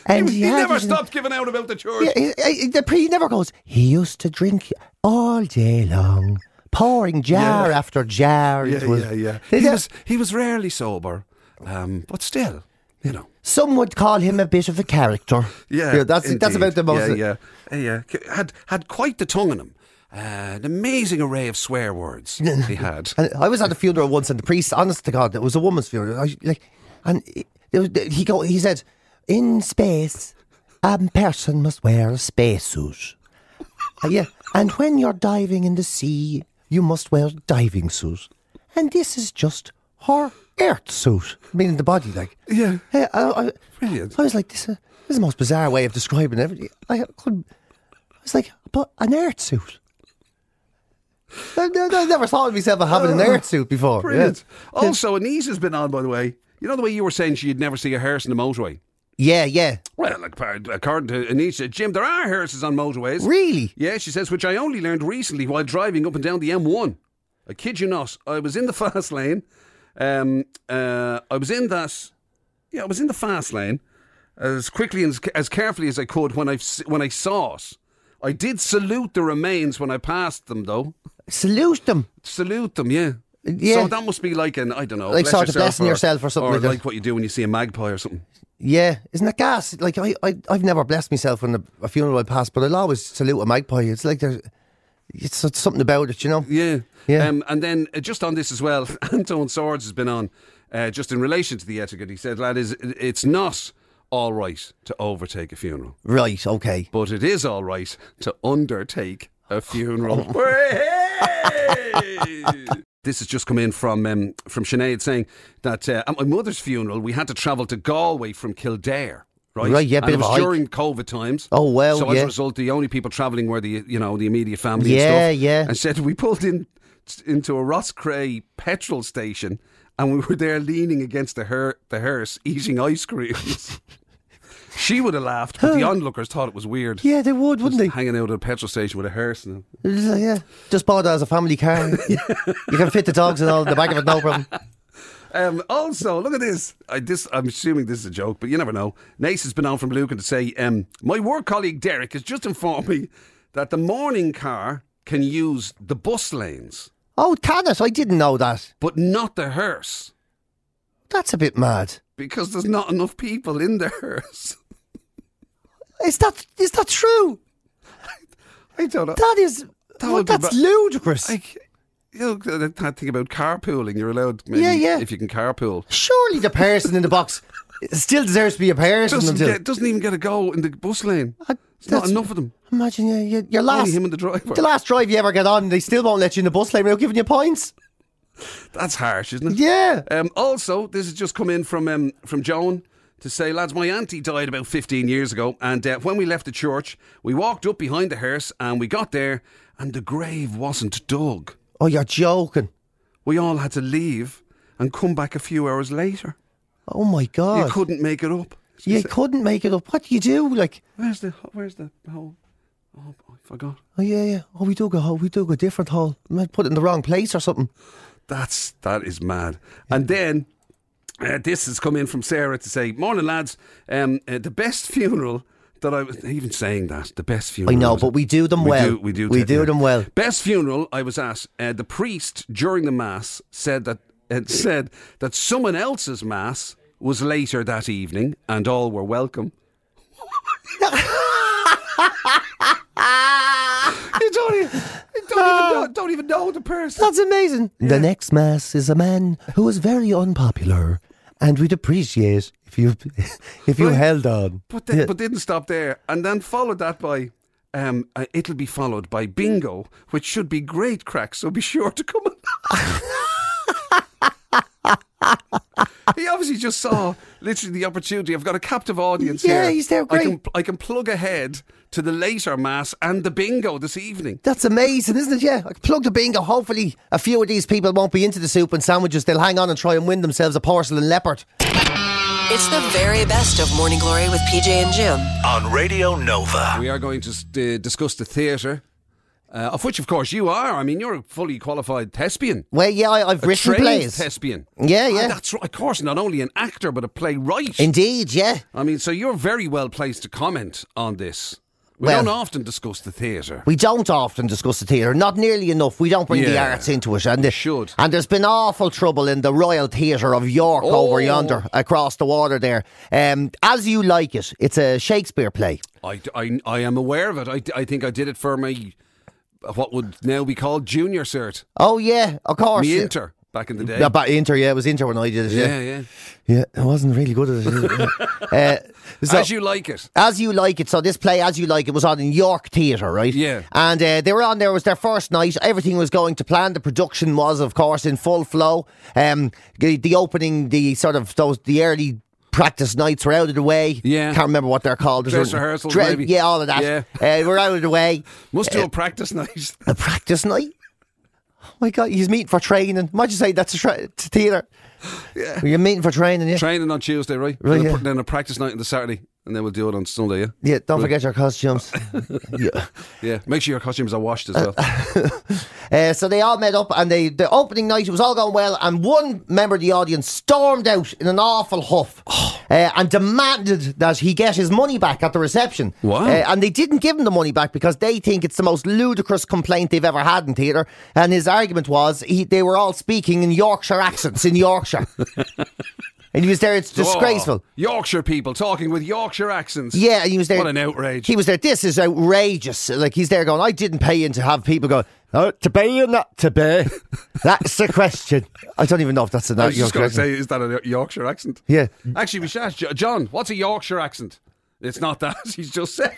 He,
And
he
had
never
his-
stopped giving out about the church.
Yeah, he, he- the pre- he never goes. He used to drink all day long, pouring jar
Yeah.
after jar.
yeah,
it was,
yeah, yeah.
They
He
never-
was he was rarely sober, um, but still, you know.
Some would call him a bit of a character. that's that's
indeed.
about the most.
Yeah, yeah, yeah. C- Had had quite the tongue in him. Uh, an amazing array of swear words he had.
And I was at a funeral once, and the priest, honest to God, it was a woman's funeral. I, like, and it, there was- he go, he said, "In space, a person must wear a spacesuit." Uh, yeah, and when you're diving in the sea, you must wear a diving suit, and this is just her earth suit, meaning the body, like.
Yeah.
Hey, I, I,
Brilliant.
I was like, this, uh, this is the most bizarre way of describing everything. I couldn't. I was like, but an earth suit. I, I, I never thought of myself having an earth suit before.
Oh, Brilliant.
Yeah.
Also, Anise has been on, by the way. You know the way you were saying she'd never see a hearse in the motorway.
yeah, yeah.
Well, like, par- according to Anise, Jim, there are hearses on motorways.
Really?
Yeah, she says, which I only learned recently while driving up and down the M1. I kid you not. I was in the fast lane. Um, uh, I was in that. Yeah, I was in the fast lane as quickly and as, as carefully as I could when I when I saw it. I did salute the remains when I passed them, though.
Salute them.
Salute them, yeah.
Yeah.
So that must be like an I don't know,
Like
bless
sort of blessing yourself or something
or
like that.
like what you do when you see a magpie or something.
Yeah, isn't that gas? Like I, I, I've never blessed myself when a, a funeral I pass, but I'll always salute a magpie. It's like there's, it's, it's something about it, you know.
Yeah.
Yeah.
Um, and then uh, just on this as well, Anton Swords has been on uh, just in relation to the etiquette. He said, lad, is it's not all right to overtake a funeral,
Right. Okay.
but it is all right to undertake a funeral. Hey! This has just come in from um, from Sinead saying that uh, at my mother's funeral we had to travel to Galway from Kildare, right?
Right, yeah,
and
bit
it
of a
was
hike.
during COVID times.
Oh, well,
So as
yeah.
a result, the only people travelling were the you know the immediate family.
Yeah,
and stuff.
yeah.
And said we pulled in into a Ross Cray petrol station, and we were there leaning against the her the hearse eating ice creams. she would have laughed, but the onlookers thought it was weird.
Yeah, they would, wouldn't they?
Hanging out at a petrol station with a hearse. And
Yeah, just bought it as a family car. you can fit the dogs and all in the back of it, no problem.
Um, also, look at this. I, this. I'm assuming this is a joke, but you never know. Nace has been on from Lucan to say, um, my work colleague Derek has just informed me that the morning car can use the bus lanes,
Oh, can it? I didn't know that.
but not the hearse,
That's a bit mad.
because there's not enough people in the hearse.
Is that is that true?
I don't know.
That is well,
would be
that's
ma-
ludicrous.
Like, you know, that, that thing about carpooling. You're allowed, maybe,
Yeah, yeah.
if you can carpool.
Surely the person in the box still deserves to be a person.
Doesn't,
until-
get, doesn't even get a go in the bus lane.
I-
There's not
that's-
enough of them.
Imagine you, you, your last
Only him and the driver.
the last drive you ever get on, they still won't let you in the bus lane without giving you points.
That's harsh, isn't it?
Yeah.
Um, also, this has just come in from um, from Joan to say, lads, my auntie died about 15 years ago, and uh, when we left the church, we walked up behind the hearse, and we got there, and the grave wasn't dug.
Oh, you're joking.
We all had to leave and come back a few hours later.
Oh my god.
You couldn't make it up. She
You
said,
couldn't make it up. What do you do? Like,
where's the where's the hole? Oh, I forgot.
oh yeah, yeah. Oh, we dug a hole. We dug a different hole. Might put it in the wrong place or something.
That's that is mad. And then uh, this has come in from Sarah to say, "Morning lads, um, uh, the best funeral that I was even saying that the best
I
funeral.
know,
was-
but we do them
we
well.
Do, we do.
We
take-
do
yeah.
them well.
Best funeral I was at. Uh, the priest during the mass said that uh, said that someone else's mass was later that evening, and all were welcome. you don't even, you don't, even know, don't even know the person.
That's amazing. The next mass is a man who is very unpopular, and we'd appreciate if you if you
Right.
held on.
But then,
Yeah.
but didn't stop there, and then followed that by. Um, uh, it'll be followed by bingo, which should be great crack. So be sure to come. he obviously just saw literally the opportunity. I've got a captive audience
Yeah,
here.
he's there,
I can
great.
I can plug ahead to the later mass and the bingo this evening.
That's amazing, isn't it? Yeah, I can plug the bingo. Hopefully, a few of these people won't be into the soup and sandwiches. They'll hang on and try and win themselves a porcelain leopard.
It's the very best of Morning Glory with PJ and Jim.
on Radio Nova.
We are going to s- d- discuss the theatre, uh, of which, of course, you are. I mean, you're a fully qualified thespian.
Well, yeah, I, I've
A
written
trained
plays.
thespian.
Yeah, yeah.
Ah, that's right. Of course, not only an actor but a playwright.
Indeed, yeah.
I mean, so you're very well placed to comment on this. We
Well-
don't often discuss the theatre.
We don't often discuss the theatre, not nearly enough. We don't bring the
Yeah.
arts into it, and the-
should.
And there's been awful trouble in the Royal Theatre of York
Oh.
over yonder, across the water there. Um, As you like it, it's a Shakespeare play.
I, I, I am aware of it. I, d- I think I did it for my what would now be called junior cert,
Oh yeah, of course.
me
yeah.
inter back in the day.
Yeah, but Inter, yeah, it was Inter when I did it. Yeah,
yeah, yeah.
yeah I wasn't really good at it. yeah. uh, so-
As you like it.
As You Like It. So this play, As You Like It, was on in York Theatre, right?
Yeah.
And uh, they were on there. It was their first night. Everything was going to plan. The production was, of course, in full flow. Um, the, the opening, the sort of those the early practice nights were out of the way.
Yeah.
Can't remember what they're called. There's
Dress
a-
rehearsals,
dre-
maybe.
Yeah, all of that.
Yeah.
Uh, we're out of the way.
Must do a practice night.
A practice night. Oh my God, he's meeting for training. Imagine saying that's a tra- to theatre. Yeah. You're meeting for training, yeah?
Training on Tuesday, right?
Right,
Then, a,
yeah.
pr- then a practice night on the Saturday, and then we'll do it on Sunday. Yeah,
yeah, don't forget your costumes. yeah.
yeah. Make sure your costumes are washed as well.
Uh, so they all met up, and they the opening night it was all going well, and one member of the audience stormed out in an awful huff uh, and demanded that he get his money back at the reception.
Wow.
Uh, and they didn't give him the money back because they think it's the most ludicrous complaint they've ever had in theatre. And his argument was he, they were all speaking in Yorkshire accents in Yorkshire, and he was there. It's disgraceful.
Oh, Yorkshire people talking with Yorkshire accents.
Yeah, and he was there.
What an outrage.
He was there. This is outrageous. Like he's there going, I didn't pay in to have people go. Oh, to pay or not to pay? That's the question. I don't even know if that's an
I was just
Yorkshire
going to
accent.
say, is that a Yorkshire accent?
Yeah.
Actually, we should ask Jo- John, what's a Yorkshire accent? It's not that. He's just said.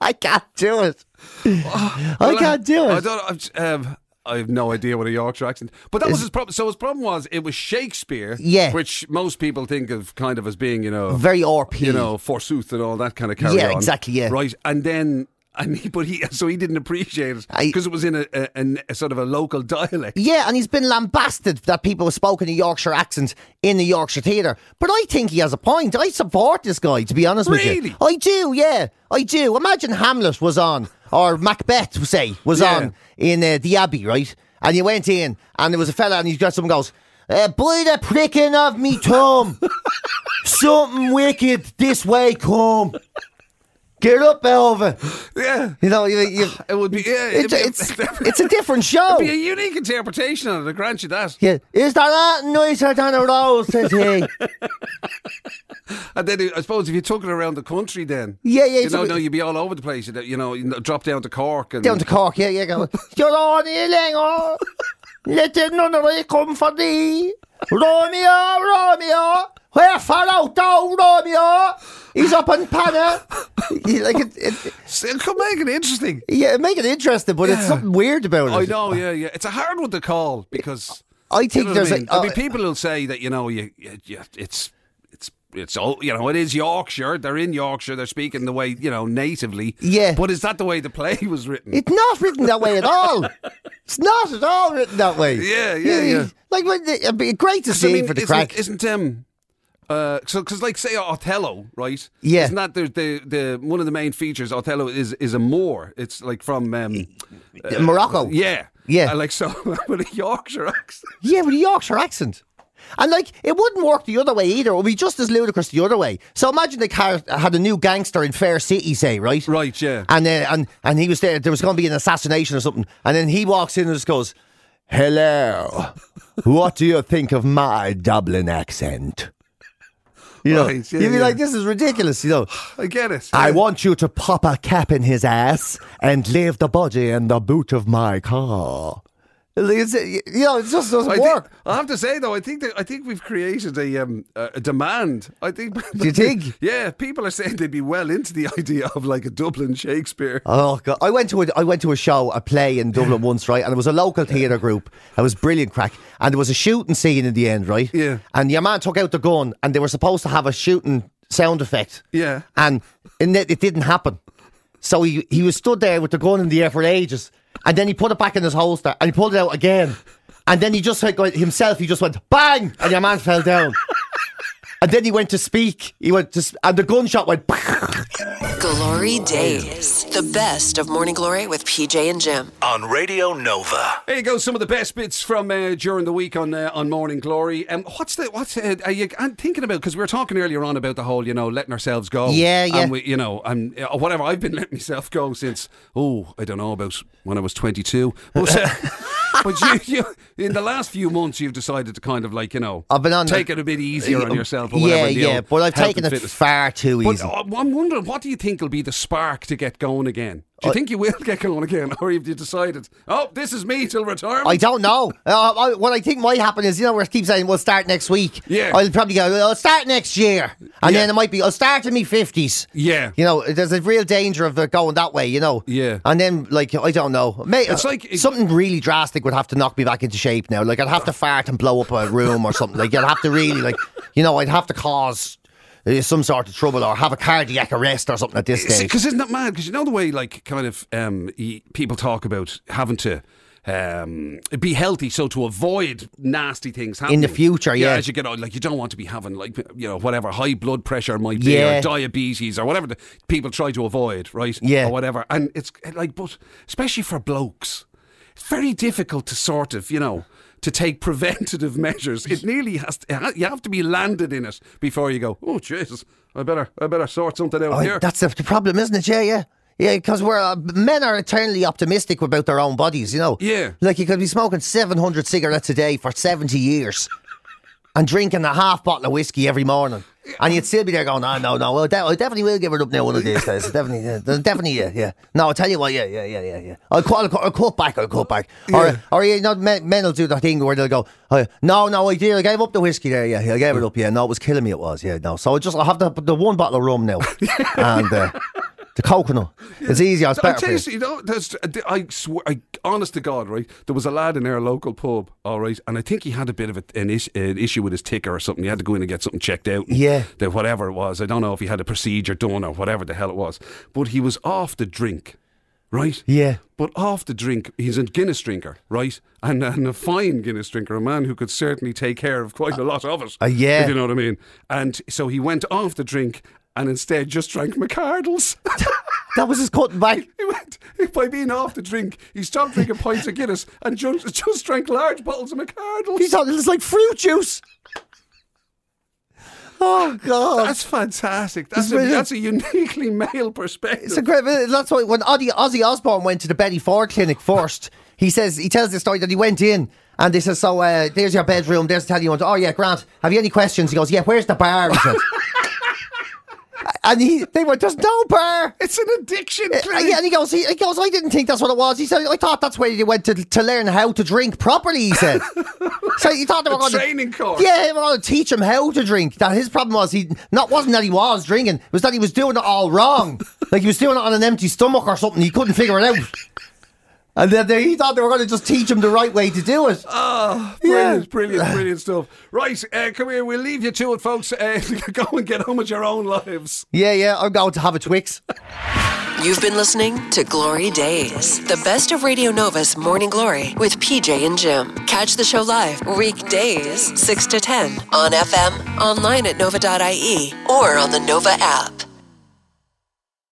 I can't do it. I can't do
I
it.
don't. I'm j- um, I have no idea what a Yorkshire accent. But that was his problem. So his problem was it was Shakespeare.
Yeah.
Which most people think of kind of as being you know
Very RP.
you know forsooth and all that kind of carry
Yeah,
on.
exactly, yeah.
Right. And then. I mean, but he so he didn't appreciate it
I-
because it was in a, a, an- a sort of a local dialect.
Yeah, and he's been lambasted that people have spoken a Yorkshire accent in the Yorkshire Theatre. But I think he has a point. I support this guy, to be honest with
Really?
you. I do, yeah. I do. Imagine Hamlet was on, or Macbeth, say, was
Yeah.
on in uh, the Abbey, right? And you went in, and there was a fella, and he got someone goes, uh, By the pricking of me thumb, something wicked this way come. Get up, Elva.
Yeah,
You know, you, you,
it would be. Yeah, it'd
it's,
be a-
it's, it's a different show.
be a unique interpretation of it. I grant you that.
Yeah. Is that not nicer than a rose today?
And then I suppose if you took it around the country, then
Yeah, yeah,
you
so
know,
we-
no, you'd be all over the place. You'd, You know, you know, drop down to Cork and
Down to Cork, yeah, yeah. Go. You're on here längre. Let the nunnery come förbi. Romeo, Romeo. Where far out thou, Romeo? He's up in Panna. Yeah, like it, it,
It could make it interesting.
yeah, make it interesting, but it's something weird about it.
I know, yeah, yeah. It's a hard one to call because
I think
you know
there's
what I mean?
a. uh,
I mean, people will say that you know, you, you, you it's. It's, it's all you know. It is Yorkshire. They're in Yorkshire. They're speaking the way you know natively.
Yeah.
But is that the way the play was written?
It's not written that way at all. It's not at all written that way.
Yeah, yeah, yeah.
Like, when the- it'd be great to
'Cause I
see
mean,
for the
isn't,
crack.
isn't um, uh, so because like say Othello, right?
Yeah.
isn't that the, the the one of the main features? Othello is is a Moor. It's like from um,
Morocco.
yeah,
Oh. Yeah.
And, like so with a Yorkshire accent.
Yeah, with a Yorkshire accent. And like it wouldn't work the other way either. It would be just as ludicrous the other way. So imagine they car- had a new gangster in Fair City, say, right?
Right, yeah.
And uh, and and he was there. There was going to be an assassination or something. And then he walks in and just goes, "Hello, what do you think of my Dublin accent?" You know,
Right, yeah,
you'd be
yeah.
like, "This is ridiculous," you know.
I get it.
I want you to pop a cap in his ass and leave the body in the boot of my car. It's, you know, it just doesn't
I,
work.
think, I have to say though, I think that, I think we've created a um, a a demand. I think.
Do you think?
Yeah, people are saying they'd be well into the idea of like a Dublin Shakespeare.
Oh god! I went to a I went to a show, a play in Dublin once, right? And it was a local theatre group. It was brilliant crack, and there was a shooting scene in the end, right?
Yeah.
And your man took out the gun, and they were supposed to have a shooting sound effect.
Yeah.
And in it, it didn't happen. So he he was stood there with the gun in the air for ages, and then he put it back in his holster, and he pulled it out again, and then he just like went- himself, he just went bang, and your man fell down. And then he went to speak. He went to, sp- and the gunshot went.
Glory Days. The best of Morning Glory with PJ and Jim.
on Radio Nova.
There you go. Some of the best bits from uh, during the week on uh, on Morning Glory. Um, what's the what's uh, are you I'm thinking about? Because we were talking earlier on about the whole, you know, letting ourselves go.
Yeah, yeah.
And we, you know, and uh, whatever. I've been letting myself go since oh, I don't know about when I was twenty two. But, uh, but you, you, in the last few months, you've decided to kind of like you know,
I've been on the- um,
take it a bit easier on yourself. Or
yeah,
whatever, the
yeah,
old
but I've
health
taken
and
it
fitness.
far too
But
easy.
uh, I'm wondering, what do you think will be the spark to get going again? Do you think you will get going again, or have you decided, oh, this is me till retirement?
I don't know. Uh, I, what I think might happen is, you know, we keep saying we'll start next week.
Yeah.
I'll probably go. I'll start next year, and
Yeah.
then it might be. I'll start in my fifties.
Yeah.
You know, there's a real danger of uh, going that way. You know.
Yeah.
And then, like, I don't know. Mate,
It's
uh,
like- it-
something really drastic would have to knock me back into shape now. Like, I'd have to fart and blow up a room or something. Like, I'd have to really, like, you know, I'd have to cause. uh, Some sort of trouble, or have a cardiac arrest, or something at this stage.
Because isn't that mad? Because you know the way, like, kind of um, y- people talk about having to um, be healthy, so to avoid nasty things happening
the future, yeah.
As you get on, like, you don't want to be having like you know whatever high blood pressure might be,
Yeah.
or diabetes, or whatever the people try to avoid, right?
Yeah.
or whatever. And it's like, but especially for blokes, it's very difficult to sort of, you know. To take preventative measures, it nearly has. To, you have to be landed in it before you go. Oh Jesus, I better, I better sort something out
Oh,
here.
That's the, the problem, isn't it? Yeah, yeah. Yeah, because we're uh, men are eternally optimistic about their own bodies, you know.
Yeah.
like you could be smoking seven hundred cigarettes a day for seventy years, and drinking a half bottle of whiskey every morning, and you'd still be there going, "Oh no, no, well, de- I definitely will give it up now one of these days. Definitely, yeah, definitely, yeah, yeah. No, I'll tell you what, yeah, yeah, yeah, yeah, yeah. I'll, cut- I'll, cut- I'll cut back, I'll cut back. Or, or you know, men, men will do the thing where they'll go, oh, "No, no, I did, I gave up the whiskey there, yeah, yeah, I gave it up, yeah, no, it was killing me, it was, yeah, no." So I just I have the the one bottle of rum now, and. Uh, The coconut. It's easier. It's
I tell
better. for
you,
you.
so you know, there's, I swear, I, honest to God, right? There was a lad in our local pub, all right, and I think he had a bit of a, an, is, an issue with his ticker or something. He had to go in and get something checked out. and
Yeah.
the- whatever it was, I don't know if he had a procedure done or whatever the hell it was, but he was off the drink, right?
Yeah.
But off the drink, he's a Guinness drinker, right? And, and a fine Guinness drinker, a man who could certainly take care of quite a lot of it.
Uh, yeah.
If you know what I mean. And so he went off the drink and instead just drank McCardles.
That was his cutting back.
He went by being off the drink. He stopped drinking pints of Guinness and just, just drank large bottles of
He's
McCardles.
on, it's like fruit juice. Oh God!
That's fantastic. That's a,
brilliant.
that's a uniquely male perspective.
It's incredible. That's why when Ozzy, Ozzy Osbourne went to the Betty Ford clinic first, he says he tells the story that he went in and they says, "So uh, there's your bedroom. There's the telly. You want? Oh yeah, Grant. Have you any questions?" He goes, "Yeah. Where's the bar?" He says. and he, they went, "There's no bar."
It's an addiction
Uh,
clinic.
yeah, and he goes, he, he goes, I didn't think that's what it was. He said, I thought that's where you went to, to learn how to drink properly, he said. so he thought they were
A
going
training
to,
course.
Yeah, they were going to teach him how to drink. That his problem was he not wasn't that he was drinking, it was that he was doing it all wrong. like he was doing it on an empty stomach or something. He couldn't figure it out. And then they, he thought they were going to just teach him the right way to do it.
Uh, Brilliant,
yeah.
brilliant, brilliant stuff. Right, uh, come here. We'll leave you to it, folks. Uh, go and get on with your own lives.
yeah, yeah, I'm going to have a Twix.
You've been listening to Glory Days, the best of Radio Nova's Morning Glory with PJ and Jim. Catch the show live weekdays 6 to 10 on FM, online at nova.ie, E, or on the Nova app.